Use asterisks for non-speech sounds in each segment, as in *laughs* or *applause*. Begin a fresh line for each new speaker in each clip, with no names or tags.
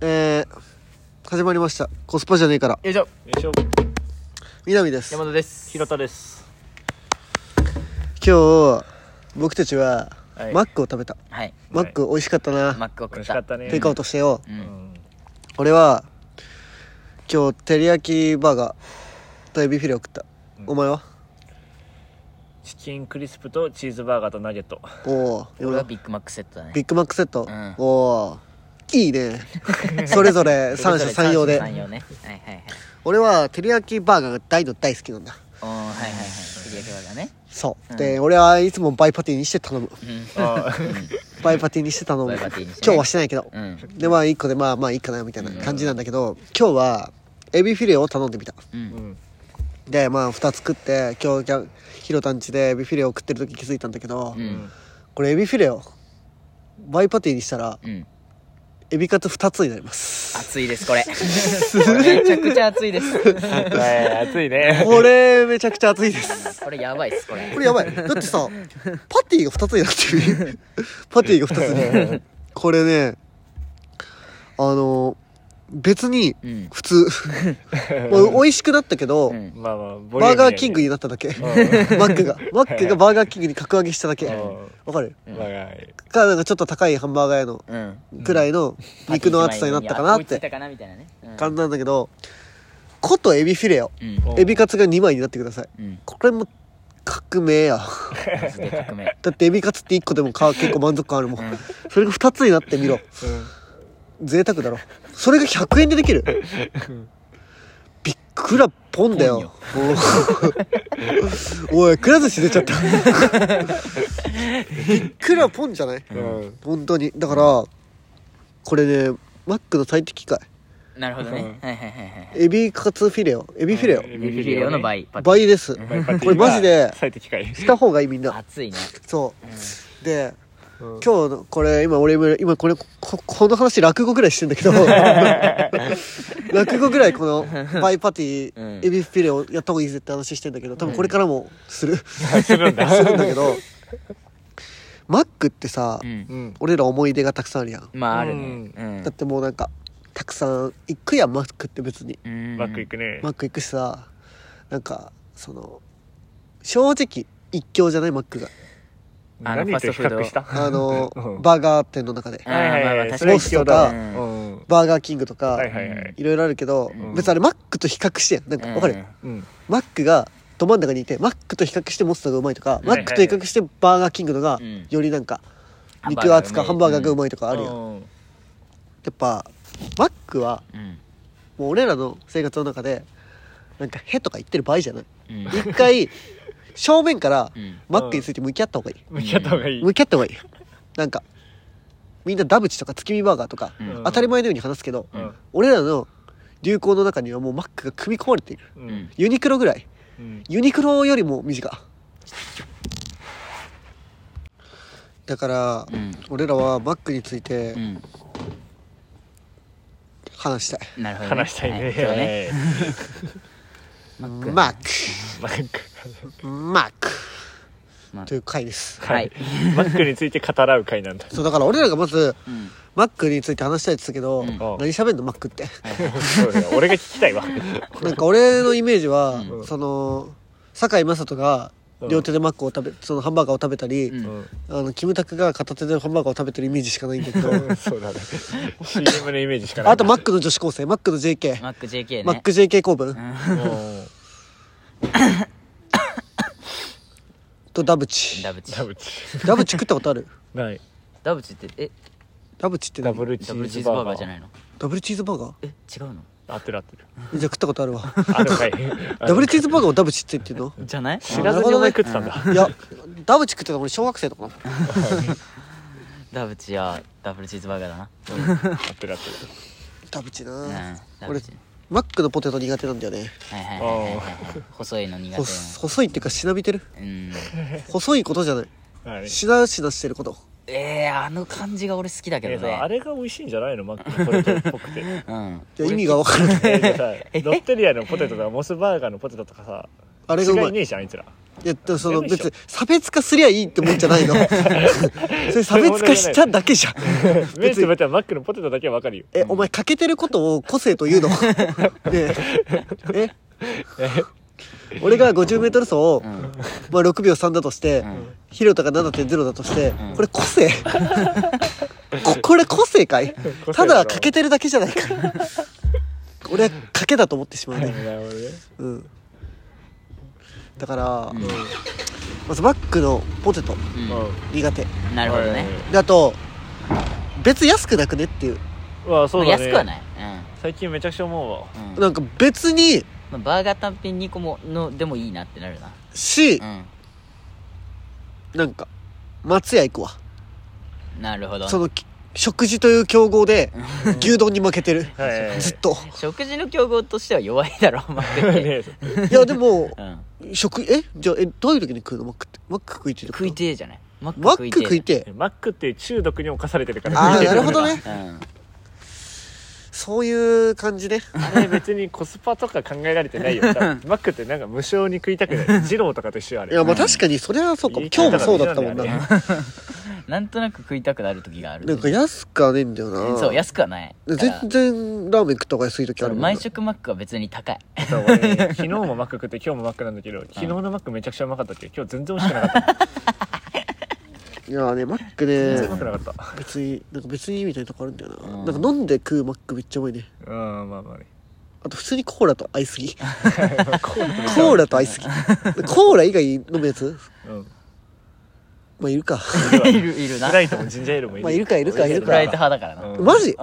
えー、始まりました。コスパじゃねえから。
よいしょ
よいしょ
南です。今
山田です
平田です
日、僕たちは、
はい
マックを食べた。
はい
マック美味しかったな。
マックを
美
食っ
味しか
た
ったね
テイクアウトしてよ。
う
うんん
俺は、今日、照り焼きバーガーとエビフィレを食った。
うん
お前は
チキンクリスプとチーズバーガーとナゲット
おー
俺はビッグマックセットだね
ビッグマックセット。
うん
おーいいね。それぞ
*laughs*
れ三者三様で。
三者三様ねはいはいはい
俺は、照り焼きバーガーが大の大好きなんだ。
おーはいはいはい切り上げ技ね
そう。
うん
で、俺はいつもバイパティにして頼む。
あ
バイパティにして頼む。
バイ
今
パティにしてね
日はしてないけど。
うんうん
でまあ1個でまあまあいいかなみたいな感じなんだけど、今日はエビフィレを頼んでみた
う
うんん
でまあ2つ食って今日じゃヒロタんちでエビフィレを食ってる時気づいたんだけど、
う
うんん
これエビフィレをバイパティにしたら
うん
エビカツ2つになり
*laughs*
ます
熱いですこれこれめちゃくちゃ熱いです
はい暑いね
これめちゃくちゃ熱いです
これやばいっすこれ
これやばいだってさパティが2つになってるパティが2つにこれねあの別に
うん
普
*laughs*
通まあ美味しくなったけど、
うん
まあまあボリュ
バー
ーミーだ
ガ
よ
ー
ね
キングになっただけ。
う
マックが。マックがバーガーキングに格上げしただけ。
うん
わかる
んバーガー
か、なんかちょっと高いハンバーガー屋の
うん
くらいの肉の厚さになったかなっ
追いつい
て
たかなみたいなねうん
感じなんだけど、ことエビフィレオ。
うん
おう
エビカツが2枚になってください。
うん
これも革命や。
マジで革命
だってエビカツって1個でもか結構満足感あるも。
うんん
それが2つになってみろ。贅沢だろ。それが100円でできる。びっくらポンだよ。おおい、くら寿司出ちゃ *laughs* った。びっくらポンじゃない
うんうん
本当に。だから、これね、マックの最適解。
なるほど
う
ね
ん
はいはいはいはい
エビカツフィレオ。エビフィレオ。
エ
エビフィレオの倍パテ
倍です。こ
バイパティ
れマジで
が、最適解
した方がいいみんな。
熱いね
そう。で、
今
今日のこれ今俺今今これここの話落語ぐらいしてんだけ
*laughs*
ど落語ぐらいこのバイパティ、
うん
エビフィレをやった方がいいぜって話してんだけど多分これからもす
*laughs*
る、
するんだ
*laughs* するんだけどマックってさ、
うん
うん
俺ら思い出がたくさんあるやん、
まああるね
うん
うん
だってもうなんかたくさん行くやんマックって別に、
うん
バック行くね
マック行くしさなんかその正直一強じゃないマックが
あの
何と比較した
あの、
うん
バーガー店の中で
あーまあまあ確
そ
か
れ
ボ
に
ス
一
と
緒
か
だ
うん
うん
バーガーキングとか、
はいはいはい
いろいろあるけど、
うん
別にあれマックと比較してなんかわかる、
うん
マックがど真ん中にいてマックと比較してモスターがうまいとか、
い
マックと比較してバーガーキングのが
うん
よりなんか
ハンバーガー
肉厚かハンバーガーがう
い
まいとかあるやん、や
うん
っぱマックは
うん
もう俺らの生活の中でなんか「へ」とか言ってる場合じゃない
うん
一回正面から
うん
マックについて向き合った方がいい
向き合った方がいい
向き合った方がいいなんかみんなダブチとか月見バーガーとか、
うん
当たり前のように話すけど、
うん
俺らの流行の中にはもうマックが組み込まれている
うん
ユニクロぐらい
うん
ユニクロよりも短だから、
うん
俺らはマックについて
うん
話したい、
なるほどね
話したい
は
ね
そうね
マッ
マック
クマック
マック
という回です
はい
マックについて語らう回なんだ
そうだから俺らがまず
うん
マックについて話したいって言ってたけど、
うん
何喋んのマックって
そうだよ俺が聞きたいわ
なんか俺のイメージは、
うん
その堺雅人が両手でマックを食べそのハンバーガーを食べたり、
うん
あのキムタクが片手でハンバーガーを食べてるイメージしかないんだけど
うんそうだね CM のイメージしかない
あとマックの女子高生マックの JK、
マック JK ね
マック JK 公文、
うん
とダブチ
ダブチ
ダブチ
ダブチ食ったことある
ない
ダブチってえ
ダブチって
ダ
何
ブルチ
ダブル
ー
チ
ズ
ーズバ
バ
ー
ー
ガ
ガ
ーじゃ
ー
ないの
ダブルチーズバーガー
え違うの
合ってる合ってる
じゃあ食ったことあるわ
あるかい
*laughs* ダブルチーズバーガーをダブチって言ってんの
じゃない
知らずにお前食ってたんだ
いやダブチ食ってたの俺小学生とかな
ダブチはダブルチーズバーガーだな
合ってる合ってる
ダブチな、
うんダブ
俺
チ
マックのポテト苦手なんだよね
はいはいはいはいはい細いの苦手
ほ細いっていうかしなびてる
なうん
細いことじゃない
はい
しなしなしてること
えーあの感じが俺好きだけ
え
ど
ーさあ
ね
れが美味しいんじゃないのマックのポテトっぽくてえ
うん
いや意味が分からない
*laughs*
ーでさロッテリアのポテトとかモスバーガーのポテトとかさ
あれがうまい
違いねえじゃんあいつら
いやでもその
でも一
別
緒
に差別化すりゃいいってもんじゃ
*laughs*
ないのそれ差別化しただけじゃん
目つぶったらマックのポテトだけはわかるよ
えお前欠けてることを個性と
*laughs*
いうのねええ俺が 50m 走を、
うんうん
まあ、6秒3だとして、ヒロタが7.0だとして、
ん
これ個
*laughs*
性ここれ個性かい
個性だろ
ただ欠けてるだけじゃないか俺は賭けだと思ってしまう
な
ね
るほどね
うんだから、
うん
まずマックのポテト
う
苦手
んなるほどね
であと別安くなくねっていう
うんまあそうだね
安くはないい
最近めちゃくちゃ思うわ
うんうん
なんか別に
まあバーガー単品2個ものでもいいなってなるな
し、
う
なんか松屋行くわ
んなるほど
そのき食事という競合で牛丼に負けてる
*laughs*
はいはいはい
ずっと
食事の競合としては弱いだろマックって、
*laughs* ね
いやでも
うん、
食えじゃあえどういう時に食うのマックってマック食いてる
食いてえじゃないマック
マッ
食
ク
いて
食
え
いてえ
マックっていう中毒に侵されてるから
ああなるほどね
うん
そういう感じね
あれ別にコスパとか考えられてないよ
*laughs*
多分マックってなんか無償に食いたくない二郎とかと一緒よあれ
いやまあ確かにそれはそうかも今日もそうだったもんな
言い
な
方が
なんとなく食いたくなる時がある
んか安くはねえんだよな
そう安くはないだから
全然ラーメン食った方が安い時あ
そ
る
う
もんな
毎食マックは別に高い
微妙だよねそう俺昨日もマック食って今日もマックなんだけど昨日のマックめちゃくちゃうまかったけど今日全然美味しくな
*laughs*
かった
いやねマック
全然
ね
うまくなかっ
別になんか別にみたいなとこあるんだよな、
うん
なんか飲んで食うマックめっちゃうまいね
たうんまあまあね
あと普通にコーラと合い
*laughs*
すぎコ
コーラ
ーラと合いすぎコーラ以外飲むやつ
うん
まあいるか
いるいるな
スプライトもジンジャーエールもいる
まあいるかいるかいる
プ
か
ライト派だからな
うん
マジ
うん
え
*laughs*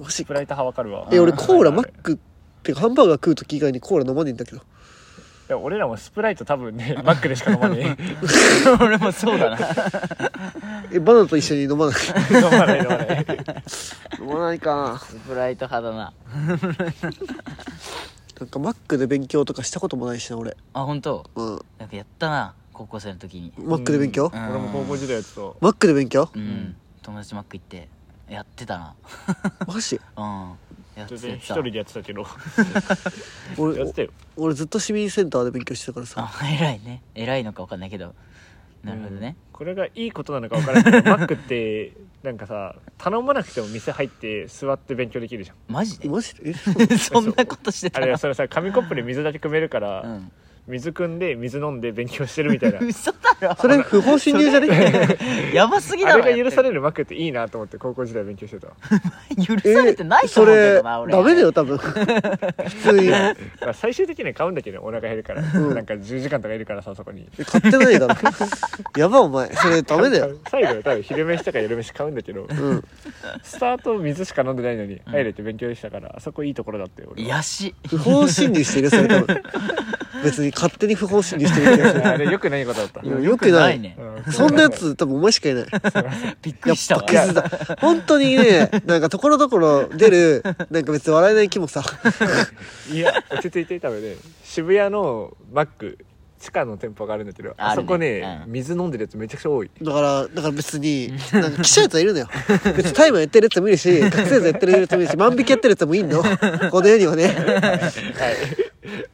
マジ
スプライト派わかるわ
え俺コーラ
うん
マックってかハンバーガー食う時以外にコーラ飲まねえんだけど
いや俺らもスプライト多分ねマックでしか飲まね
*laughs*
俺もそうだな
えバナナと一緒に飲
*laughs*
まない
え飲まない飲まない
飲まないか
スプライト派だな
なんかマックで勉強とかしたこともないしな俺
あ本当
うん
なんかやったな高校生の時に
マックで勉強、
うん
俺も高校時代やってたわ
マックで勉強
う
うん
ん友達マック行ってやってたな
マジ
うんやって
全
た
然
やっ
一
てた
人でやってた
*laughs*
けどやっ
俺
てたよ
俺ずっと市民センターで勉強してたからさ
あ偉いね偉いのか分かんないけどなるほどね
これがいいことなのか分からないけ *laughs* どマックってなんかさ頼まなくても店入って座って勉強できるじゃん
マジで
マジでえ
*laughs* そんなことして
あ
た *laughs*
れ
の
はそれさ紙コップで水だけ汲めるから、
うん
水汲んで水飲んで勉強してる
*laughs*
みたいな
嘘だ
*laughs*
ろ
それ不法侵入じゃ
*laughs*
ね
やばすぎだ
あ
ろ
れが許され
る
るマックっていいなと思って高校時代勉
*laughs*
強してた
許されてないと
そ
思うけ
れダ
どな
メ
俺
だよ多
*laughs*
分普通に
まあ最終的には買うんだけどお腹減るから、
うん
なんか10時間とかいるからさそこに
買ってないだろ *laughs* やばお前それダメだよ
最後多分昼飯とか夜飯買うんだけど
うん
スタート水しか飲んでないのに入れて勉強できたから、あそこいいところだって俺は
癒やし
不法侵入してるよそれ多
*laughs*
分別に勝手に不法侵入してる気がす
あ
る
れよくないことだった
いやよくない
ね
う
そんなやつ多分お前しかいない
びっく
や
り
っ
した
ぱ
わ
クズだ本当にねなんかところどころ出るなんか別に笑えない気もさ
いや落ち着いていたので渋谷のマック地下の店舗があるんだけどあ,、
あるね
そこね、
うん
水飲んでるやつめちゃくちゃ多い
だから、だから別に、なんか来ちゃうやつはいるのよ。別にタイマーやってるやつもいるし、覚醒剤やってるやつもいるし、万引きやってるやつもいんの。この世にはね。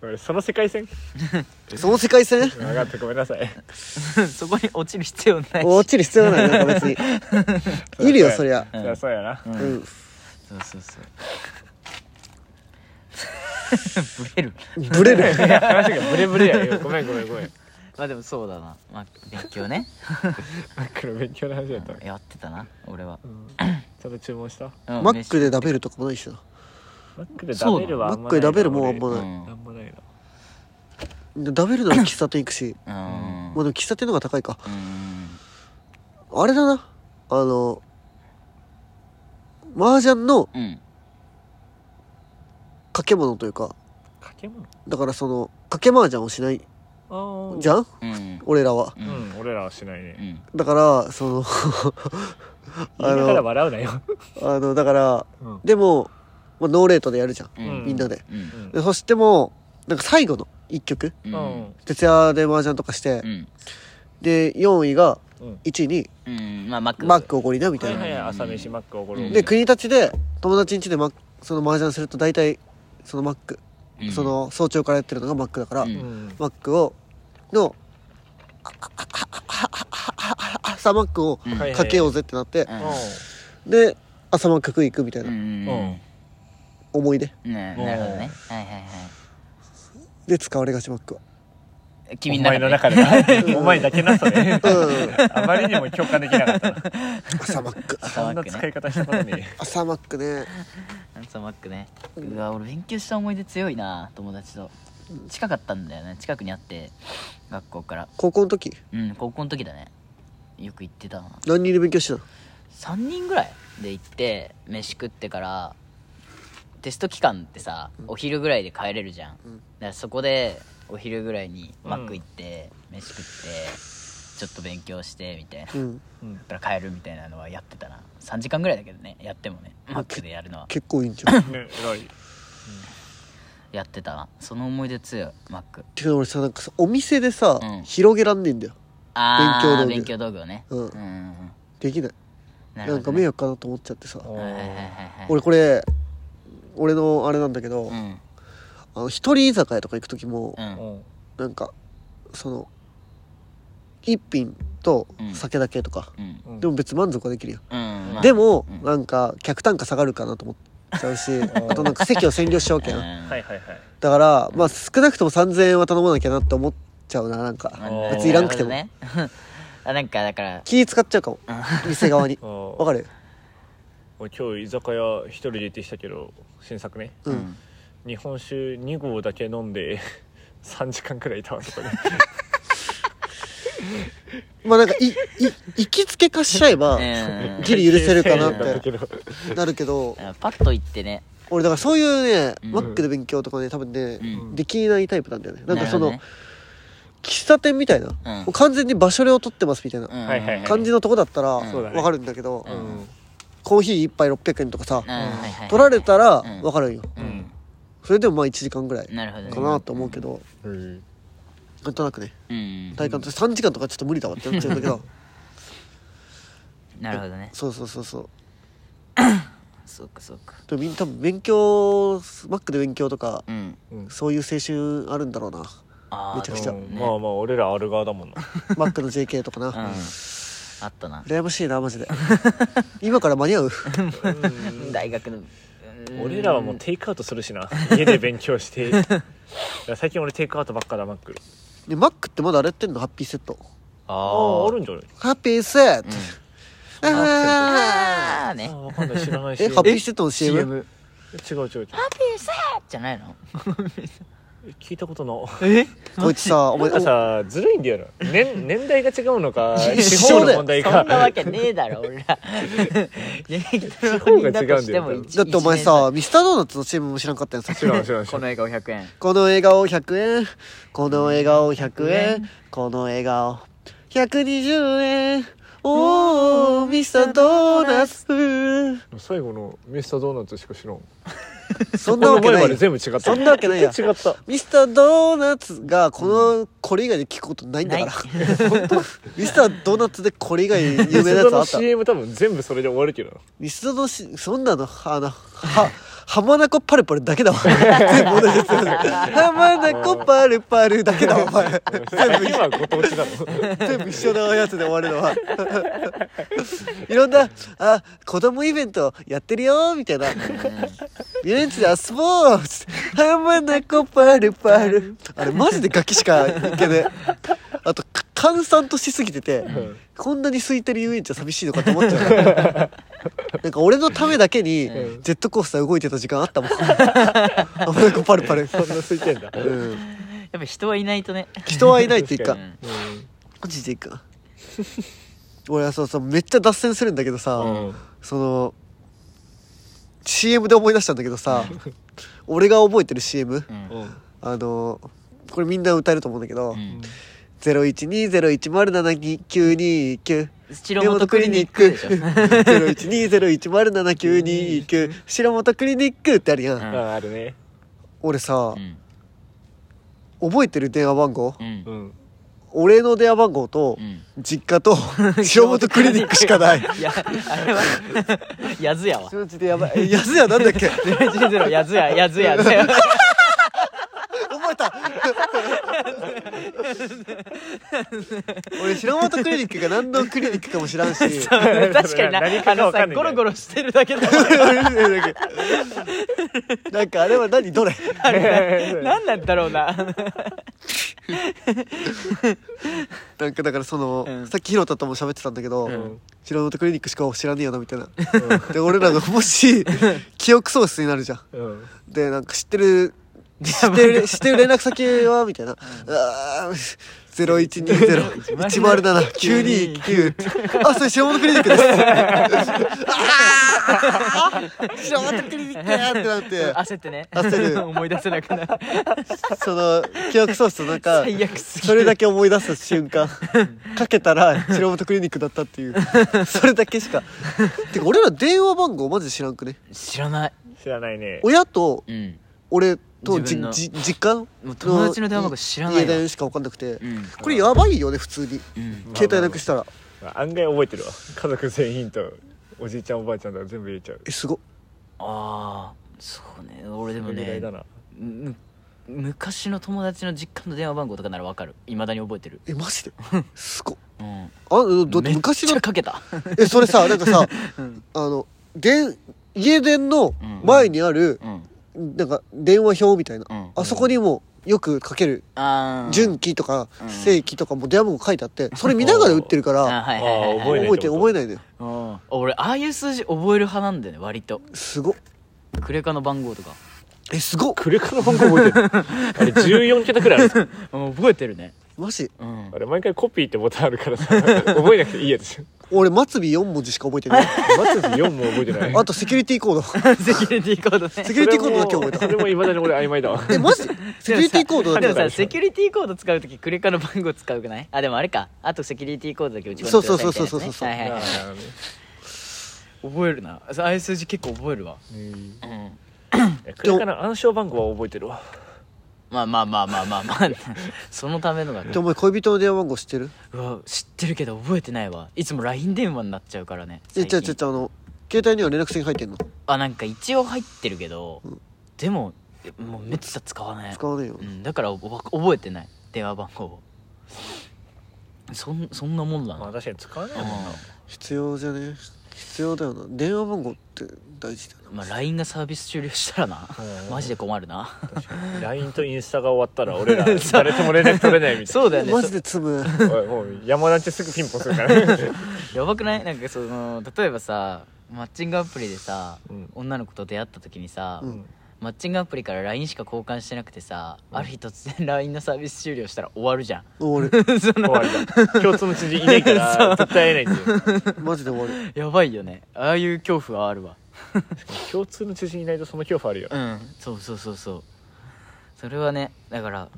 俺その世界線
その世界線
分かったごめんなさい
そこに落ちる必要ないし
落ちる必要ない、なんか別に。 *laughs*
*laughs*
いるよ、そりゃ。
そりゃそうやな、
う
うん
ん。
そうそうそうブレる
ブレる。
いや話がブレブレやよごめんごめんごめん
まあでもそうだな、まあ、勉強ね
マックの勉強の話やった、
やってたな俺は、
うんちゃんと注文した
うん
マックで食べるとかもないしな。
マックで食べるは
マ
あん
ッ
ま
ク
な
で
いな
食べるもんあんま
う
ない。
ん
俺あんまないな
食べるなら喫茶店行くし。
うん
まあでも喫茶店の方が高いか。
うん
あれだな。あの、麻雀の
うん
掛け物というか、
掛け物
だからその、掛け麻雀をしない
ああ
じゃん
うん
俺らは。
う
うんん俺らはしないね
うん
だから、その、あ
だから
の、
笑うなよ、
あの、だから、
うん
でも、まあ、ノーレートでやるじゃん。
う
うん
ん
みんなで。
うん
でそしてもう、なんか最後の1曲、
う
うんんうん
徹夜で麻雀とかして、
うん
で、4位が
うん
1位に、
うんまあマック
マックおごりな、みた
はいい
な。
はい朝飯マックおごろう
うん
で、国立で、友達ん家でマその麻雀すると大体、そのマック、
うん
その早朝からやってるのがマックだから、
うん
うん
マックを、の、朝マックを
うん
はい
かけようぜってなって
う、ん
で、朝マック食い行くみたい
うんう
なん
うん
思い出
うんなるほどねはいはいは
で使われがちマックは。
い
お
君の
前の
中
中
で
でなお前だけなそれ
うん。
あまりにも共感できなかったな
朝マ
*laughs*
ック。
朝
そ
マ
ん
ッ
な
ク
使い
ね
方したことね
朝マックね。
朝マックねうわ俺勉強した思い出強いな友達と近かったんだよね近くにあって学校から
高校の時、
うん高校の時だねよく行ってたな
何人で勉強してたの
3人ぐらいで行って飯食ってからテスト期間ってさお昼ぐらいで帰れるじゃん、
うん
だからそこでお昼ぐらいにマック行って、飯食ってちょっと勉強してみたいな
うん。
うん
だから帰るみたいなのはやってたな3時間ぐらいだけどねやってもねマックでやるのは
結構いいんじゃん。っ
ね偉い
やってたなその思い出強いマック
ていうか俺さ、なんかさ、お店でさ、
うん
広げらんねえんだよ。勉
あ
強道
あ
具
勉強道具をね
うん
うんうん
できない。
な
なんか迷惑かなと思っちゃってさ。
はいはいはいはい
俺これ、俺のあれなんだけど、
うん
あの、一人居酒屋とか行く時も
う、ん
うん
なんか、その、一品と
うん
酒だけとか、
うん
うん
でも別に満足はできるよ。
うんまあ
でも、
うん
なんか、客単価下がるかなと思っちゃうし、
ん
あとなんか席を占領しちゃうわけ
う
や
ん
ん。
はいはいはい
だから、まあ少なくとも3000円は頼まなきゃなって思っちゃうな、なんか。
あ
別にいらんくても
なるほどね *laughs* あなんかだから
気使っちゃうかも。店側
*laughs*
に。わ
わ
か
る
る
俺今日居酒屋一人で行ってきたけど新作ね
う。
うんん
日本酒2合だけ飲んで *laughs* 3時間くらいいたわそこで
まあなんか、い、い、行きつけ化しちゃえば、
*laughs* うん
ギリ許せるかな
って
だけど
なるけど、
あパッと行ってね
俺だからそういうね、
うん
マックで勉強とかね、多分
う
ね、
ん
できないタイプなんだよね。なんかその
る、
喫茶店みたいな。も
うん
う完全に場所でを取ってますみたいな
ほどねうん
はいはいはい
感じのとこだったら、
んそう
だ
わ
ね
かるんだけど
う、ん
コーヒー一杯600円とかさ
うん、はいはいはい
取られたら
うん
わかるんよ。
うん
それでもまあ1時間ぐらい
なるほどね
かなと思うけど、
うん
なんとなくね。
うん
体感として3時間とかちょっと無理だわってなっちゃうんだ
*laughs*
けど
なるほどね
そうそうそうそう
そうかそうか
でもみんな多分勉強マックで勉強とか
うん
うん
そういう青春あるんだろう *laughs* な
ああ
めちゃくちゃ
ね
まあまあ俺らある側だもんな
マックの JK とか
うん
な
あったな
羨ましいなマジで今から間に合う *laughs*
大学の
俺らはもうテイクアウトするしな家で勉強していや最近俺テイクアウトばっかだマック
でマックってまだあれやってんのハッピーセット
あ
あ
あ
ああ
うん
るんじゃない
ハッピーセット、あー
ああね
あわかんない知らないし
えハッピーセットの CM,
CM 違う違う違う
ハッピーセーじゃないの
聞いたことの
え
こいつさお
なん
前
かさずるいんだよな年年代が違うのか
一
地
緒
方
だ
の
よ
問題
そんなわ
か
けねえだろ俺ら地
方が違うんだよ
だってお前さミスタードーナツの CM も知らんかったやんさ
知らん知らん知
こ
ら
の
ん
映画500円
この笑顔100円この笑顔100円この笑顔120円おーミスタードーナツ
最後のミスタードーナツしか知らん
そんなわけな
前ま
い
で
よ
全部違った
そんなわけないや
違った
ミスタードーナツがこのこれ以外で聞くことないんだからミスタードーナツでこれ以外有
ミス
名なや
ター
つ
ド
あ
の
った *laughs*
CM 多分全部それで終わるけどな
ミスタードしそんなのあのは浜名湖パルパルだ *laughs* けだわ全部同じやつ浜名湖パルパルだけだわお前
今はご当地だろ
全部一緒のやつで終わるのは *laughs* いろんなあ子供イベントやってるよみたいな遊園地で遊ぼうつって浜名湖パルパルあれマジでガキしかいけねえあとか閑散としすぎてて、
ん
こんなに空いてる遊園地は寂しいのかと思っちゃうなんか俺のためだけにジェットコースター動いてた時間あったもん浜名湖パルパル、
そんな空いてんだ
うん、
やっぱ人はいないとね
人はいないっていうか
うん
マジでいいか俺はそうそうめっちゃ脱線するんだけどさ、
うん
その CM で思い出したんだけど
*laughs*
さ俺が覚えてる CM
うん
うん
あのこれみんな歌えると思うんだけど
うん
「0120107929」
白本クリニックでしょ
0120107929白本クリニックってあるやん、
うん
ああるね
俺さ
う、ん
覚えてる電話番号、
うん
うん
俺の電話番号と
うん
実家
*laughs*
と白本クリニックしかない
いやあれはやずやわ
正直でやばいえ安やなんだっ
*laughs*
け
010やずややずやだよ
覚えた俺白本クリニックが何のクリニックかも知らんし
*laughs* 確かにな
何か
あ
がわ
の
か
さ
んないんだよ
ゴロゴロしてるだけだもん
*laughs* なんかあれは何どれ
何なんだろうな
なんかだからその、
うん
さっきヒロタとも喋ってたんだけど、
ん
白本クリニックしか知らねえよなみたいなで俺らがもし記憶喪失になるじゃん
うん
でなんか知ってる知ってる知ってる連絡先はみたいな「あー012010707929」って「あそれ白本クリニックです」あー白本クリニック!」ってなって
焦ってね
焦る
*laughs* 思い出せなくなる
その記憶喪失となんか
最悪すぎる
それだけ思い出す瞬間かけたら白本クリニックだったっていうそれだけしかてか俺ら電話番号マジ知らんくね
知らない
知らないね
親と
うん
俺と
自
じ
分の
じ実家の
もう友達の電話番号知らない
家
な
電しか分かんなくて、
うん
これやばいよね普通に
うん
携帯なくしたら
案外覚えてるわ家族全員とおじいちゃんおばあちゃんとか全部言えちゃう
えすごっ
ああそうね俺で
そ
も
れぐら
ね
いだな
む昔の友達の実家の電話番号とかならわかるいまだに覚えてる
えマジですごっ
うん
あだって
めっ
昔
ち
の
ゃか
*laughs*
けた
えそれさなんかさ、あの電家電の
うん
前にある
う、ん
なんか電話表みたいな、
うん
あそこにもよくかける
ああ
純喜とか
うん
正喜とかも電話番号書いてあってそれ見ながら打ってるか
あ
ら
はいはいはい、はい、
あー覚えない
覚えて覚えないのよ
うん俺ああいう数字覚える派なんだよね割と
すごっ
クレカの番号とか
えすごっ
クレカの番号覚えてるあれ14桁くらいある
うん覚えてるね
マジ
うん *laughs*
あれ毎回コピーってボタンあるからさ覚えなくていいやつ
俺末尾4文字しか覚えてない
マツス4も覚えてない
あとセキュリティコー
*laughs*
ド
セキュリティコード
*laughs*
ね
セキュリティコードだけ覚えた
それもいまだに俺曖昧だわ
えマ
*laughs*
ジセキュリティコードだ
でも
け
さセキュリティコード使う時クレカの番号使うくないあでもあれかあとセキュリティコードだけ打ち込んでくださいみたいな
そうそう
やつね
そうそうそう
はいはいはい覚えるなああいう数字結構覚えるわ
うん
うん
クレカの暗証番号は覚えてるわ
まあまあまあまあまあまあ *laughs* そのためのがね
でお前恋人の電話番号知ってる
うわ知ってるけど覚えてないわいつも LINE 電話になっちゃうからね
え
最
ち
近
ゃちゃちゃあの携帯には連絡先入ってんの
あなんか一応入ってるけど、でももうめっちゃ使わない
使わねえよ
うん、だからおぼ覚えてない電話番号をそんそんなもんだ
ま
な、
あ確かに使わないもんな
う
必要じゃね必要だよな電話番号って大事だよ
んまあ、LINE がサービス終了したらな
うん
マジで困るな
LINE とインスタが終わったら俺ら誰とも連絡取れないみたい
そうだよ *laughs*
な
ね
マジで積む
なおいもう山田んちすぐピンポン
*laughs*
するから
そやばくないなんかその例えばさマッチングアプリでさ、
うん
女の子と出会った時にさ、
うん
マッチングアプリから LINE しか交換してなくてさ、ある日突然 LINE のサービス終了したら終わるじゃん
終わ
その
終わりだ共通の知人いな
*laughs*
いから絶対会えないんだよ
るマジで終わる
やばいよねああいう恐怖はあるわ
共通の知人いないとその恐怖あるよ
うんそうそうそうそうそれはねだから、
う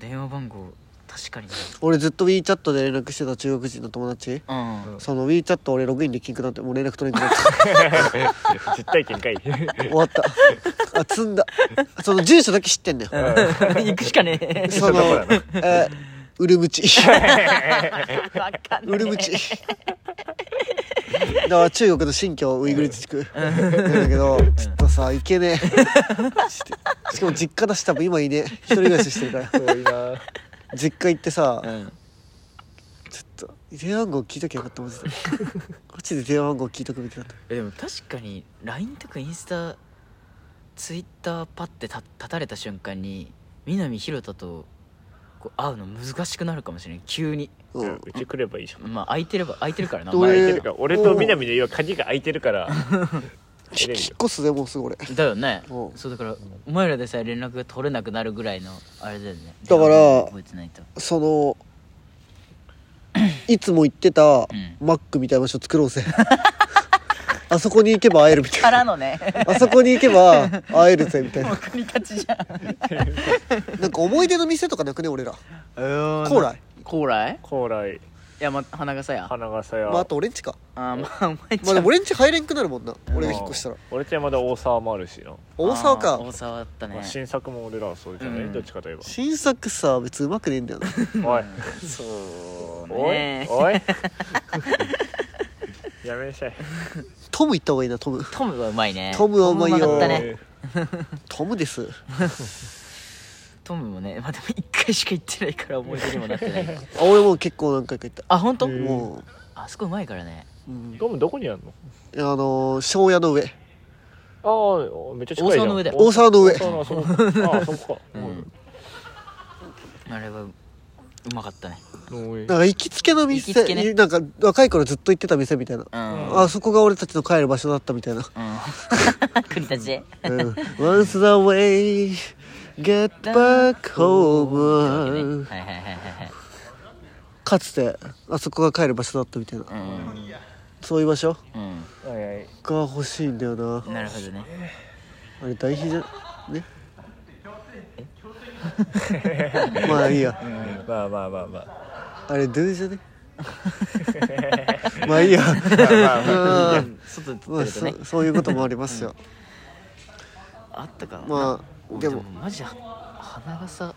電話番号確かにね
俺ずっと WeChat で連絡してた中国人の友達
うん、
うん
その WeChat 俺ログインできんくなってもう連絡取れんくなっ
*laughs*
実体験かい
た終わったあ積んだその住所だけ知ってんだよ
*laughs* 行くしかね *laughs* え
その
どこなの
えー
*laughs*
ウルムチ
わかんない
ウルムチだから中国の新疆ウイグル自治区なんだけどちょっとさ行けねえちょっとしかも実家だし多分今いねえ一人暮らししてるから
遠いな
実家行ってさ
うん
ちょっと電話番号聞いときゃよかったマジでマジで電話番号聞いとくべきだった
えでも確かに LINE とかインスタツイッターパッて立立たれた瞬間に南ひろたとこう会うの難しくなるかもしれない急に
うん
うち来ればいいじゃん
まあ空いてれば空いてるからな、
ど
ま
う
あ
い
空
う
いてるから俺と南の家は鍵が開いてるから
き引っ越すでもうすぐ俺だ
だよね
おう
そうだからお前らでさえ連絡が取れなくなるぐらいのあれだよね
だから
覚えてないと
そのいつも行ってた
ん
マックみたいな場所作ろうぜあそこに行けば会えるみたい
か
な
らのね *laughs*
あそこに行けば会えるぜみたいな
国立ちじゃん
なんか思い出の店とかなくね俺ら
高
高麗
高麗
高麗
いやま花笠や
花笠屋、
まああと俺んちか
あーまあお前
まあ
ち
で
ゃん
も俺んち入れんくなるもんな俺が引っ越したら
あー俺ちゃまだ大沢もあるしな、
大沢
あー
か
大沢だった
ま
ね
あ、新作も俺らはそうじゃない、
うん
どっちかといえば
新作さ別にうまくねえんだよな
おい
そう
おい
ね
おいやめなさい
*laughs* トム行った方がいいなトム *laughs*
トムはうまいね
トムはうまいよ
トムうまかったね
トムです
トムもねまあでも一回しか行ってない *laughs* から思い出にもなってない
あ俺もう結構何回か行った
あ本当、
へえ
も
あそこうまいからね
う、うん、
トムどこにあるの
あのー庄屋の上
ああめっちゃ近いじゃ
大沢
ん
の上だよ
大沢の上
大沢のあそこかああそこ
*laughs*
か
うん、あれはうまかったね
うんおい
なんか行きつけの店
行きつけね
なんか若い頃ずっと行ってた店みたいな、
*laughs* うん
あそこが俺たちの帰る場所だったみたい *laughs* な
うん国立
うん「Once away get *laughs* back
はいはい
home
はいはいはい」
かつてあそこが帰る場所だったみたいな、
うん
そういう場所
う
はいはい
が欲しいんだよなん
なるほどね
あれ大肥じゃねまあいいや
まあまあまあまあ
あれドゥじゃね *laughs* まあいいや
うん外で撮
ま
っ
あ
てるとね
そそういうこともありますよ
あったかな
まあ
俺
で
で
も
もマジで花笠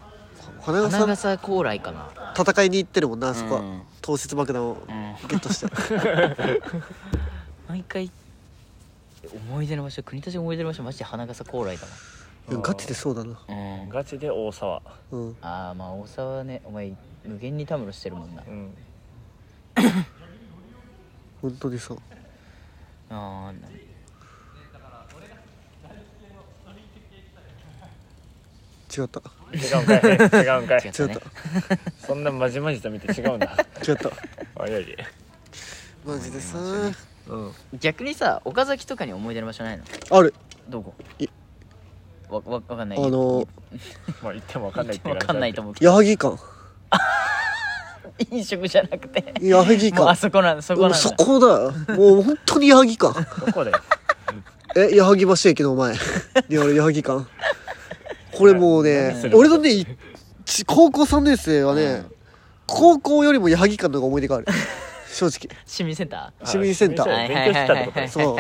花
花
笠
笠高麗かな
戦いに行ってるもんなあそこは、
うん
投石爆弾を
うん
ゲットして
毎回思い出の場所国立思い出の場所マジで花笠高麗だ
うんガチでそうだな
もん、うん、
ガチで大沢
うん
ああまあ大沢はねお前無限にたむろしてるもんな
うん
本当にそう
あーな
違った
*laughs*
違うんかい違うんか
違っ
い
た
違っ
ね
そんなまじまじと見て違うんだ *laughs*
た違った
おいおい
マジでさ
うん
逆にさ岡崎とかに思い出の場所ないの
ある
どこ
い
わわわかんな
あ
い
の
まあ言ってもわかんないって
わかんないと
思
思うけ
矢作館
ど飲食じゃなくて
矢作
もう
館
あそこなんそこ
も
な
うん
だ
そこだよもう本当に矢作館
*laughs* うどこだよ
*laughs* え矢作橋駅の前にある矢作館これもうね
何する
俺のねいち高校3年生はね、高校よりも矢作館の方が思い出がある正直
市民センタ
市民センター
ー
勉強してたってこと
*laughs*
ね
そう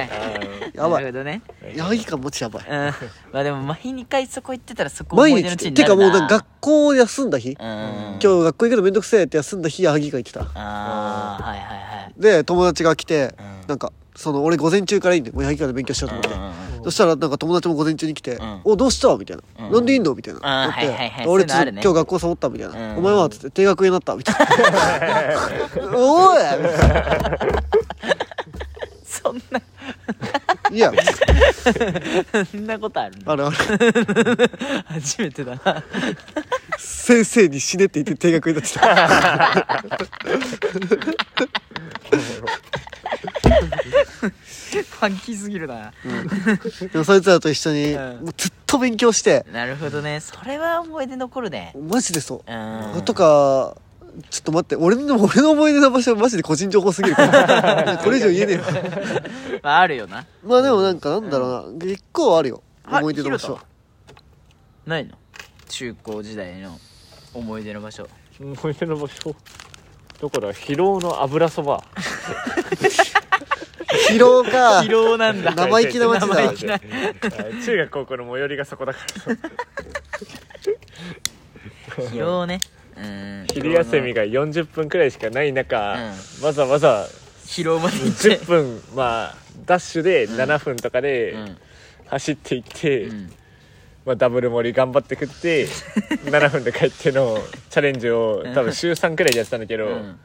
やば
ないるほどね
矢作館もちやばい
うんまあでも毎回そこ行ってたらそこ思
毎
い出の
日
地に
て
な
か
る
もう
な
なんか学校休んだ日、
うん
今日学校行くのめんどくせえって休んだ日矢作館行ってた
ああはいはいはい
で友達が来て、
うん
なんかその俺午前中からいいんでもう矢作館で勉強しようと思って、
うん
そしたらなんか友達も午前中に来て「
ん
おどうした?」みたいな「
うん
なんでいいの?」みたいな
あー
なって
はいはいはい
俺
そういうのあるね
今日学校サボった」みたいな「
うん
お前は?」っつって「低学になった」みたいな「おい!」
そんない *laughs*
や
そんなことあるの
あれあれ
初めてだな *laughs*
先生に死ねって言って低学になって
*laughs*
た
ファンキーすぎるな
でもそいつらと一緒に、
うん
もうずっと勉強して
なるほどねそれは思い出残るね
マジでそう
う、ん
とかちょっと待って俺の俺の思い出の場所マジで個人情報すぎるから
*laughs*
これ以上言えねえよ
まああるよな
まあでもなんかなんだろうな結構あるよ
あ
思い出の場所
広ないの中高時代の思い出の場所
思い出の場所どこだ疲労の油そば
疲労か
疲労なんだ
生意気な街だ
生意気な
*laughs*
中学高校の最寄りがそこだから
疲労ねうん
昼休みが40分くらいしかない中、
う
わざわざ
疲労まで行って
10分まあダッシュで7分とかで
うん
走っていって、
うん
まあ、ダブル盛り頑張って食って
*laughs*
7分で帰ってのチャレンジを多分週3くらいでやってたんだけど、
うん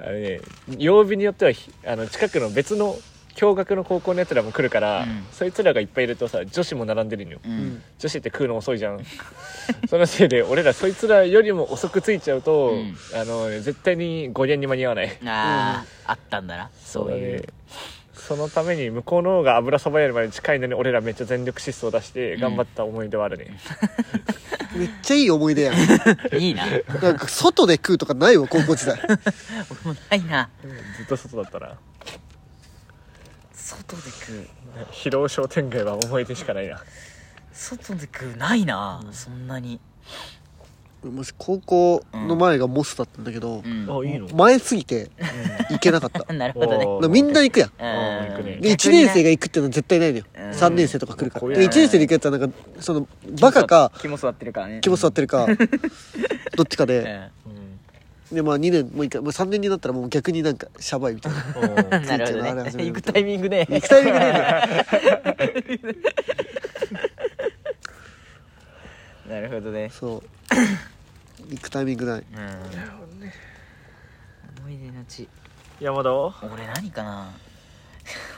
あのね、曜日によってはひあの近くの別の共学の高校のやつらも来るから、
うん
そいつらがいっぱいいるとさ女子も並んでるんよ、
うん
女子って食うの遅いじゃん *laughs* そのせいで俺らそいつらよりも遅く着いちゃうと、
うん
あの絶対に5年に間に合わない
あああったんだなそういう
そのために向こうの方が油そばよりまで近いのに俺らめっちゃ全力疾走出して頑張った思い出はあるね、
めっちゃいい思い出やん
いいな
なんか外で食うとかないわ高校時代
俺もないな
ずっと外だったな
外で食う
疲労商店街は思い出しかないな
外で食うないなそんなに
もし高校の前がモスだったんだけど
う、ん
い
前すぎて行けなか
*laughs*
っただか
なるほどね
らみんな行くやん
あー行くね
で1年生
が
が行くっていうのは絶対ないのよ
うん
3年生とか来るか
こうい
ら
う
で1年生で行くやつはなんかそのバカか
肝座ってるからね
肝座ってるかどっちか
う
で
ん
でまあ2年もう一回もう3年になったらもう逆になんかシャバいみたい
*laughs*
な
なるほどね行くタイミングね
行きたいぐらいだよ
なるほどね
そうくタイミングない
うん
るほどね
思い出の地
山田は
俺何かな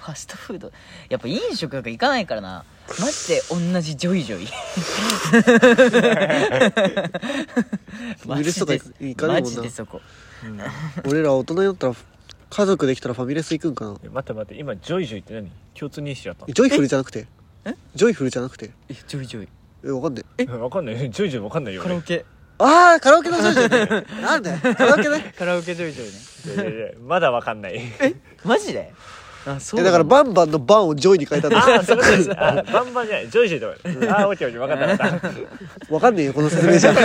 ファストフードやっぱ飲食なんか行かないからなマジで同じジョイジョイ
許すとか行かねえもんな
マジでそこ
俺ら大人になったら家族できたらファミレス行くんかな
え待って待って今ジョイジョイって何共通認識だった
ジョイフルじゃなくて
え
ジョイフルじゃなくて
えジョイジョイ
えわかんねえ
のわかんないジョイジョイわかんないよ
カラオ
俺
ケ
ああカラオケのジョイジ
*laughs*
ョイなんだよカラオケね
カラオケジョイジョイね
いやいやいやまだわかんない
マジであそ
え
う
だ
な
から
の
バンバンのバンをジョイに変えたんだ
ああ、そういうことです。あーバンバンじゃない。ジョイジョイとか。ああ、オッケーオッケー。わかった
*laughs*
わかっ
わかんねえよこの説明
*laughs*
じゃ
た。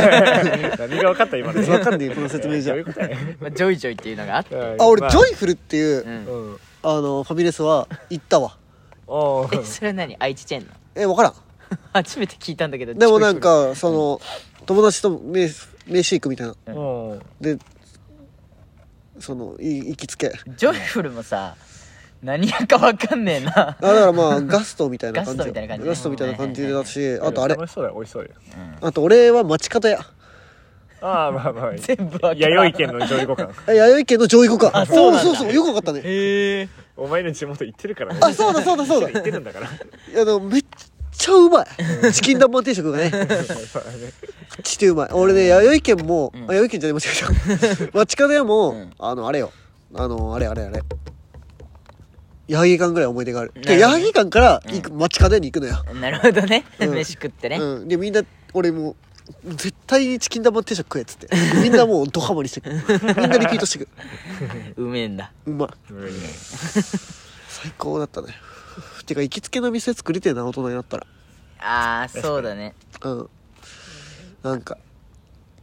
何がわかった今の。
わかんねえよこの説明じゃ
どういうことやね
まあジョイジョイっていうのがあって
あ俺
ま
ジョイフルっていううん
うん。
あのファミレスは行ったわ
お
え
ー
それは何愛知チェーンの
えわからん
初めて聞いたんだけど
でもなん
ジョイ
かその友達と名飯行くみたいな
うん。
でそのい行きつけ
フルジョイフルもさ何やかわかんねえな
あだから
*laughs*
まあガストみたいな感じ
ガストみたいな感じね
ガストみたいな感じだしあとあれ
楽しそうだよ、美味しそうだよ。
あと俺は町方屋
ああ、まあまあ。
全部わからん
弥生県の上位互換。
え弥生県の上位互換
あそうなんだ
おそうそうよくわかったね
へえ
お前の地元行ってるからね。
あそうだそうだそうだ
行ってるんだから。
いやでもめっちゃうま
*laughs*
いチキン南蛮定食がねちってうまい俺ね弥生県も、
うん
あ弥生県じゃない間違
*laughs*
えた町方屋も、
うん
あのあれよあのあれあれあれ八木館ぐらい思い出があるで
なるほど
八木館から行く、町方屋に行くのよ、
*laughs* なるほどね、
うん
飯食ってね、
うん、でみんな俺もう絶対にチキン玉定食食えっつってみんなもうドハマり
*laughs*
してくみんなリピートしてく
うめえんだ
うまい最高だったねてか行きつけの店作りてえな大人になったら
ああそうだね
うんなんか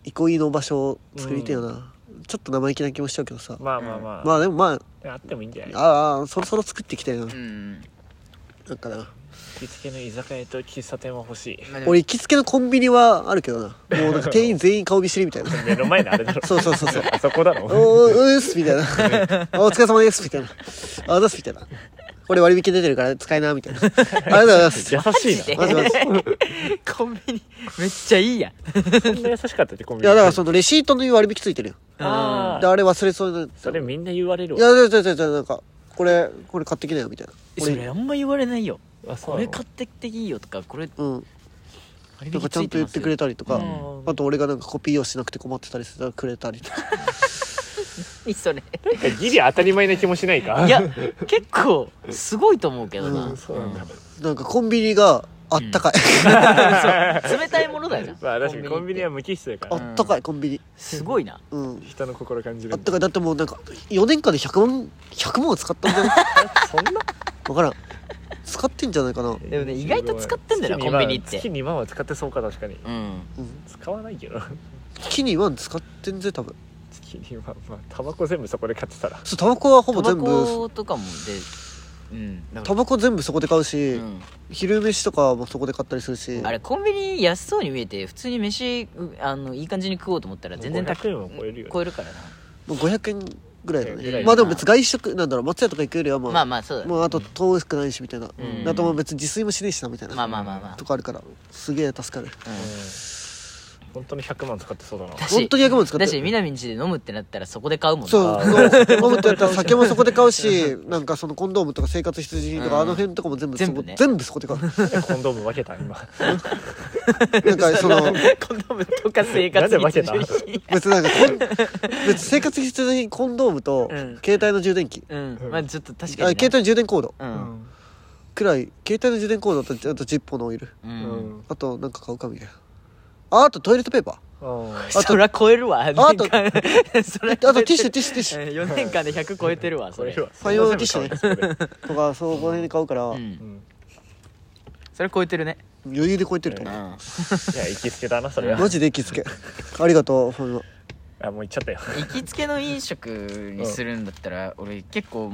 憩いの場所を作りてえよな、ちょっと生意気な気もしちゃうけどさ
まあまあまあ。
まあでもまあ
あってもいいんじゃない
ああそろそろ作っていきたいな、
うん
なんかな
行きつけの居酒屋と喫茶店は欲しい。
まあでも
俺行きつけのコンビニはあるけどなもうなんか店員全員顔見知りみたいな
目の前のあれだろ。
そうそうそうそう
あそこだろ。
おーうーっすみたいな「お疲れ様です」みたいな「あざっす」みたいな「俺割引出てるから使いな」みたいな「ありがとうございます
優」しい
マジマジい
コンビニめっちゃいいやん
な。そんな優しかったってコンビニ。
やだからそのレシートの割引ついてるよ
あ
で
あ。
あれ忘れそうになって
それみんな言われる
い
わ。
やいやいやいやいやなんかこれこれ買ってきなよみたいな
それあんま言われないよ
あ、そ
こ
うな
れ
の
買ってきていいよとかこれ
うん
割
なんかちゃんと言ってくれ
た
たりとか、
うん
あと俺がなんかコピーをしなくて困ってたりしたらくれたりとか *laughs*
それ
ギリ当たり前な気もしないか
いや結構すごいと思うけどな、
うん
そうなんだ
なんかコンビニがあったかい、
そう冷たいものだよな
*laughs* まあ確かにコンビニは
って
無機質だか
あ
ら
ったかいコンビニ
すごいな
うん
人の心感じる
あったかいだってもうなんか4年間で100万100万は使ったんじゃない
*laughs*
そんな
分からん使ってんじゃないかな、うん、
でもね意外と使ってんだよな
月に
コンビニって
月2万は使ってそうか確かに
うん
使わないけど
月に1使ってんぜ多分
月2万まあタバコ全部そこで買ってたら
そうタバコはほ
タ
ぼ
バ
全部
コとかもでうんだか
タ
ら
バコ全部そこで買うし、
うん
昼飯とかもそこで買ったりするし
あれコンビニ安そうに見えて普通に飯うあのいい感じに食おうと思ったら全然
500円
を
は超えるよね
超えるからな
もう500円ぐらいだ
ぐら
ね
い
まあでも別に外食なんだろう松屋とか行くよりはまあ、
まあまあそうだね
もうあと遠くないしみたいな、
うん
あともう別に自炊もしねえしなみたいな、
まあまあまあまあ
とかあるからすげえ助かる
うん
うん本当に100万使ってそうだな
だし
本当に100万使って
だし南んちで飲むってなったらそこで買うもんな
そう
あ
そう飲むってやったら酒もそこで買うしなんかそのコンドームとか生活必需品とか、
うん
あの辺とかも全部
全
そ
部
こ
ね
全部そこで買う
えコンドーム分けた今
なんかその
*laughs* コンドームとか生活必需
なんで
品
別になんかこん別に生活必需品コンドームと
うん
携帯の充電器、
うんまあちょっと確
あ
かにな
携帯の充電コード
う
うん
くらい携帯の充電コードとあとジッポーのオイル
う
うん
あとなんか買うかみたいなああとトイレットペーパ
あ
と
*laughs* そりゃ超えるわあ
と
そりゃ
ーあとティッシュティッシュティッシュ
4年間で100超えてるわそ
こ
れ
れは
ファイオーティッシュね
そんな全部買わな
とか
いそこ
そうこの辺で買うから、
うん
でうん
それ超えてるね
余裕で超えてると
う
思う、
ん
いや行きつけだなそれ
マ
は
ジで行きつけありがとうほんま
あもう行っちゃったよ
行きつけの飲食にするんだったら俺結構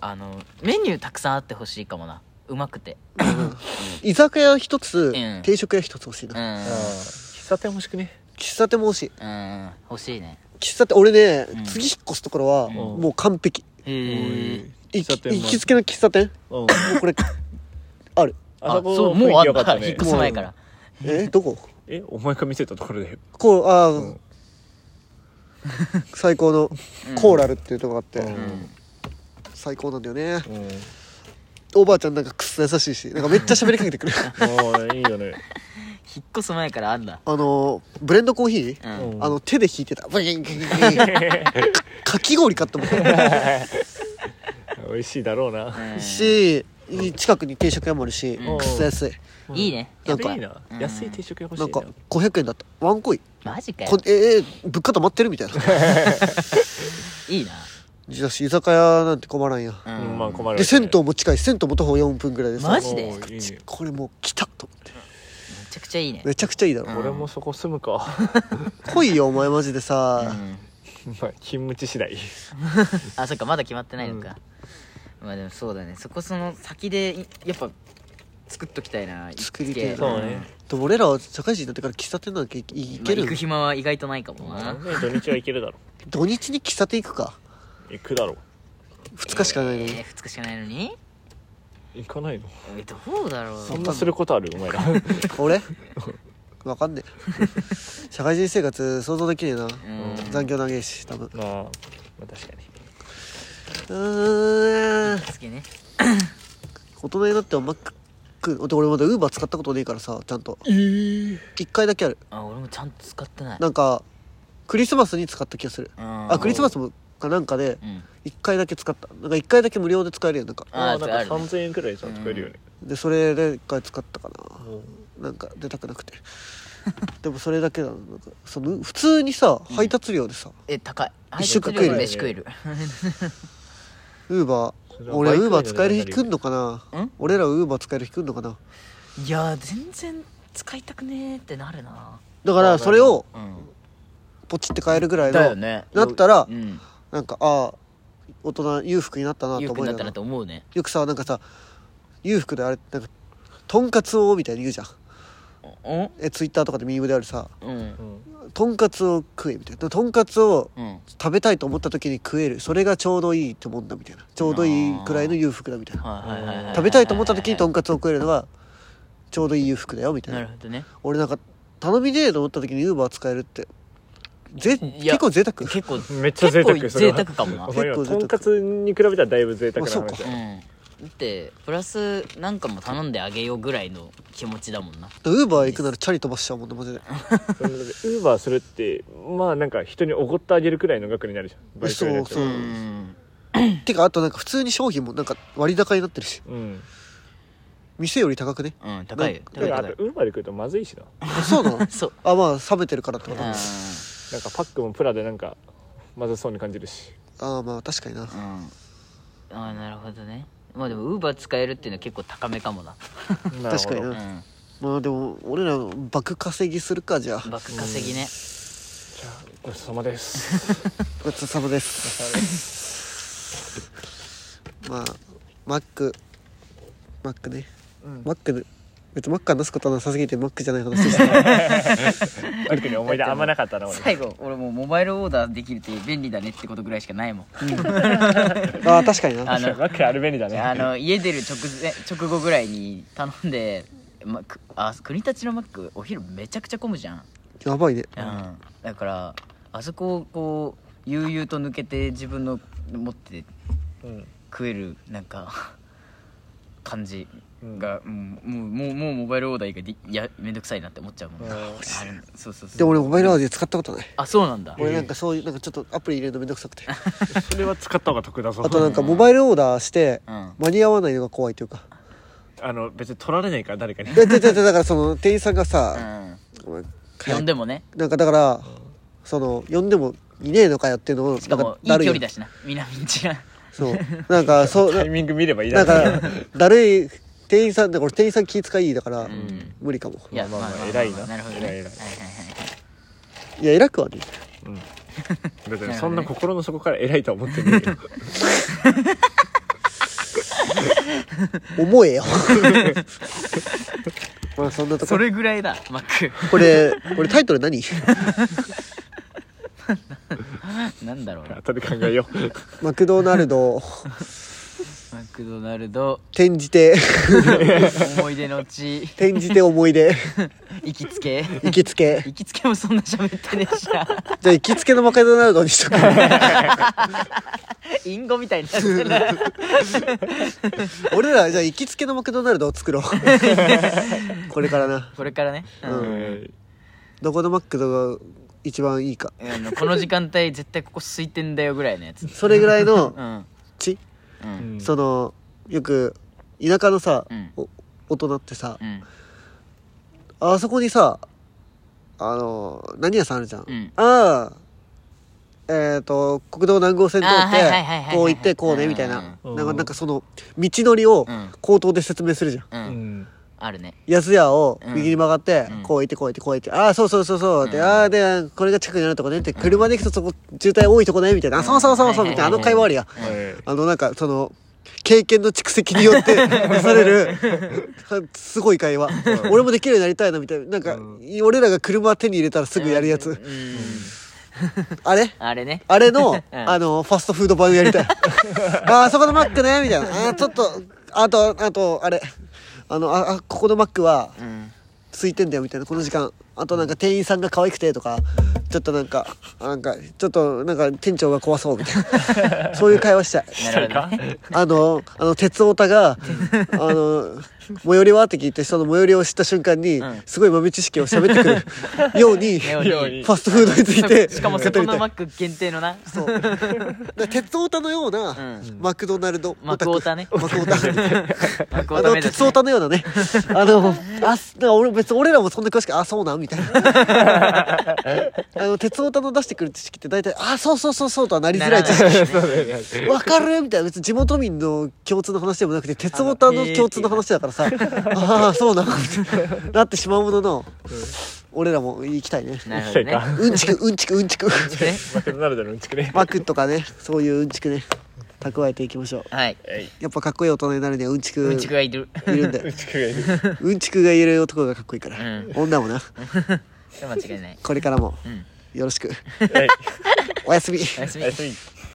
あのメニューたくさんあってほしいかもなうまくて
居酒屋一つ、
うん
定食屋一つ欲しいうな、
ん
あー喫茶店欲しくね
喫茶店も欲しい
うん欲しいね
喫茶店俺ね、
うん
次引っ越すところは、
ん
もう完璧
へえ
行き
喫茶店も
行きつけの喫茶店
うん
もう
*laughs*
これある
あ
あ
そ
そうこ
もう
雰囲
あ
気良
ん
かった
だ引っ
ね
越す前から
えどこ
えお前が見せたところだよ
こうあー、
うん
最高の
うん
コーラルっていうとこがあって、
うん
うん
最高なんだよね
うんも
おばあちゃんなんかくっそ優しいしなんかめっちゃ喋りかけてくる
ういいよね
引っ越す前からあんだ
*laughs* あのブレンドコーヒー、
う
うん
あの手で引いてたブリンブリンブリ
*laughs*
ンかかき氷買ってもらっ
美味しいだろうな
う
た
ん
し近くに定食屋もあるし、
うん
くっそ安い
いいね
なんか
いいな
うん
安い定食屋欲しい
なんか
な
500円だったワンコイン
マジかよ
こええ物価溜まってるみ
*laughs*
たいな
いいな
だし居酒屋なんて困らんや
うん
うんまあ困る
で銭湯も近い銭湯も徒歩4分ぐらいでさ
マジで
おーいいね
これもう来たと思って
めちゃくちゃいいね
めちゃくちゃいいだろ
うん
俺もそこ住むか
来いよお前マジでさ、
うん
まあ勤務地次第
あそっかまだ決まってないのか、まあでもそうだねそこその先でいやっぱ作っときたいな
作りたい
行きつけ
そうね
でも俺らは社会人になってから喫茶店なんか行行
まあ
ける、
行く暇は意外とないかもな、
ね土日は行けるだろ
土日に喫茶店行くか
行くだろ
2日しかないのに、
えー、2日しかないのに
行かないの
えどうだろう
そんなすることある
*laughs*
お前ら
*laughs*
俺わかんねえ社会人生活想像できねえな、
うん
残業長えし多分
まあまあ確かに
うーん
つけね
大人になってもマックで俺まだウーバー使ったことねえからさちゃんと1回だけある
あ俺もちゃんと使ってない
なんかクリスマスに使った気がする
あ
あクリスマスもかなんかで
うん
1回だけ使ったなんか1回だけ無料で使えるよなんか
あ
あ
ー
あ
あ
なん
る
か3000円くらいちゃんと買えるよね
でそれで1回使ったかな
うん
なんか出たくな
*laughs*
くてでもそれだけだななんかその普通にさ配達料でさ、
え高い
一食
配達料
食える
飯食える
ウーバ
それ
ー
は
俺
バイク
ウーバー
で
使える日来んのかな、
ん
俺らウーバー使える日来んのかない
*laughs* やー全然使いたくねーってなるな
だからそれを
うん
ポチって買えるぐらい
だよ
の、
ね
なったら
うん
なんかああ大人裕福になったな
裕
と
福
思
に
う
な
よ
ったな
な
と思うね
よくさなんかさ裕福であれなんかとんかつをみたいに言うじゃん
うん
えツイッターとかでミームであるさ
うん
うん
とんかつを食えみたいなとんかつを
うん
食べたいと思った時に食えるそれがちょうどいいってもんだみたいなちょうどいいくらいの裕福だみたいな
はいはいはいはい
食べたいと思った時にとんかつを食えるのがちょうどいい裕福だよみたい
な
な
るほどね
俺なんか頼みねえと思った時にウーバー使えるってぜ
いや
結構贅沢
結構
*laughs* めっちゃ贅沢
結構
そ
贅
れは
沢かもな
お前は
結構贅
と
沢
んかつに比べたらだいぶ贅沢な
まあ
話
そう
だ
か
よ
うんだってプラスなんかも頼んであげようぐらいの気持ちだもんな
ウーバー行くならチャリ飛ばしちゃうもんねマジで
それでウーバーするってまあなんか人におごってあげるくらいの額になるじゃんバイク代だと
そう
う
そ
ん
てかあとなんか普通に商品もなんか割高になってるし
うん
店より高くね
うん高いよ
な
高
だ
い
からあ
高
と
い
ウーバーで食うとまずいしな
あそうなの
*laughs* そう
あまあ冷めてるからってこと
うん
あ
なんかパックもプラでなんかまずそうに感じるし
あまあ確かにな
うんああなるほどねまあでもウーバー使えるっていうのは結構高めかもな
確かに
う
なんまあでも俺ら爆稼ぎするかじゃあ
バク稼ぎね
じゃあごちそうさまです
*laughs* ごちそうさまですまあマックマックね、
うん
マックで別にマック話すことはなさすぎてマックじゃない話で
*laughs*
した
悪くに思い出あんまなかったな俺
最後俺もうモバイルオーダーできるって便利だねってことぐらいしかないも *laughs* ん
ああ確かにな
あの
マックある便利だね
あの家出る直前直後ぐらいに頼んで、ま、くあ国立のマックお昼めちゃくちゃ混むじゃん、
やばいね
うん、だからあそこをこう悠々と抜けて自分の持って
うん
食えるなんか *laughs* 感じ
うん
が、うんもうもうもうモバイルオーダー以外でいやめんどくさいなって思っちゃうもん、
うん
あれそうそうそう
でも俺モバイルアーディ使ったことない
あそうなんだ
俺なんかそういうなんかちょっとアプリ入れるのめんどくさくてあ
それは使った方が得だぞ
となんかモバイルオーダーして
うん
間に合わないのが怖いというか
あの別に取られないから誰かに
ででで *laughs* でだからその店員さんが
う
さ、
ん
お前
呼んでもね
なんかだからその呼んでもいねえのかよっていうのを
しかもいい
なんだる
距
よ
離だしな南んちが
そうなんかそう
タイ *laughs* ミング見ればいい
な
だ
ん
ろ
か、だるい、店員さん、だから店員さん気遣いいだから、
ん
無理かも。
いや
まあまあ
まあまあ
偉いな
なるほどね
偉い偉
はい
い
はいはい
いや、偉くはね。
別にそんな心の底から偉いとは思ってねえよ
思えよ。 *laughs* まあ、そんなとこ
そ。れぐらいだマッ
これ、これタイトル何
ク *laughs* なんだろうな
後で考えよう
マクドナルド、
マクドナル
*laughs*
ド
転じて *laughs*
思い出の地
転じて思い出
行きつけ
行きつけ
行きつけもそんな喋ってねえしな *laughs*
じゃあ行きつけのマカドナルドにしとく
インゴみたいになってる
*laughs* 俺らじゃあ行きつけのマクドナルドを作
*laughs*
ろうこれからな
これからね、うん
うん
どこのマックドが一番いいか
あのこの時間帯絶対ここ空いてんだよぐらいのやつ
それぐらい
*laughs*
の
うん
地、
うん
うん
そのよく田舎のさ、
うん
お大人ってさ
う、ん
あそこにさあの何屋さんあるじゃん、
うん
ああえっ、と国道南号線通
あ
っ
はいはいはいはいは
てこう
いはい
行ってこうね
うん
みたいな
うん
なんかなんかその道のりを
うん
口頭で説明するじゃん
う
うんん
あるね
安屋を右に曲がって
うん
こう行ってこう行ってこう行ってああそうそうそうそう
う
で
ん
ああでこれが近くにあるとこねって車で行くとそこ渋滞多いとこねみたいなあそうそうそうそう
うん
みたいなあの会話あるやん
*laughs* はい
あのなんかその経験の蓄積によってなされる
*laughs*
すごい会話俺もできるようになりたいなみたいななんか
うん
俺らが車手に入れたらすぐやるや
うん
つ
うん
あれ
あれね
あれの、
*laughs* うん
あの、ファストフード版やり
*laughs*
たい。あー、そこのマックね、みたいな。あーちょっと、あと、あと、あれ。あの、あ、あここのマックは、
うん
空いてんだよ、みたいな、この時間。あとなんか店員さんが可愛くて、とか、ちょっとなんか、なんか、ちょっとなんか店長が怖そう、みたい
*laughs*
な。そういう会話したい。
なるほどね
あの、あの、鉄オタが、あの、最寄りはって聞いて、その最寄りを知った瞬間に
うん、
すごい豆知識を喋ってくるよう
*laughs*
に、
よう
フ
に
ように
ァストフードについて、
しかも
語り
セ
た
コ
い
ンのマック限定のな *laughs*
そう。だから鉄オタのような、
うん
マクドナルド
マ *laughs* クオタね
マクオタ。
マック
あの、
オタ目指
鉄
す
オタのようなね。
*laughs*
あの、あ、すだから俺、別に俺らもそんな詳しく、あ、そうなんみたい
*laughs*
な。あの、鉄オタの出してくる知識って大体、あ、そうそうそうそうとはなりづらいじ
な
ゃ
ら
そうだよね
ん。わかるみたいな。別に地元民の共通の話でもなくて、鉄オタの共通の話だからさ、ああ、そうなんみたいな。なってしまうものの、俺らも行きたいね。
なるほどね
うんちく、うんちく、うんちく。
ね
マクドナルドのうんちくね
マクとかねそういううんちくね蓄えていきましょう
はい
はい
やっぱかっこいい大人になるにはうんちく
うんちくがいる *laughs*
いるんだ
うん
よ
*laughs* ちくがい
*laughs*
る
うんちくがいる男がかっこいいから、
うん
女もな
それ間違いない
*laughs* これからも
うん
よろしく
はい
おやすみ
おやす
お
み
やすみ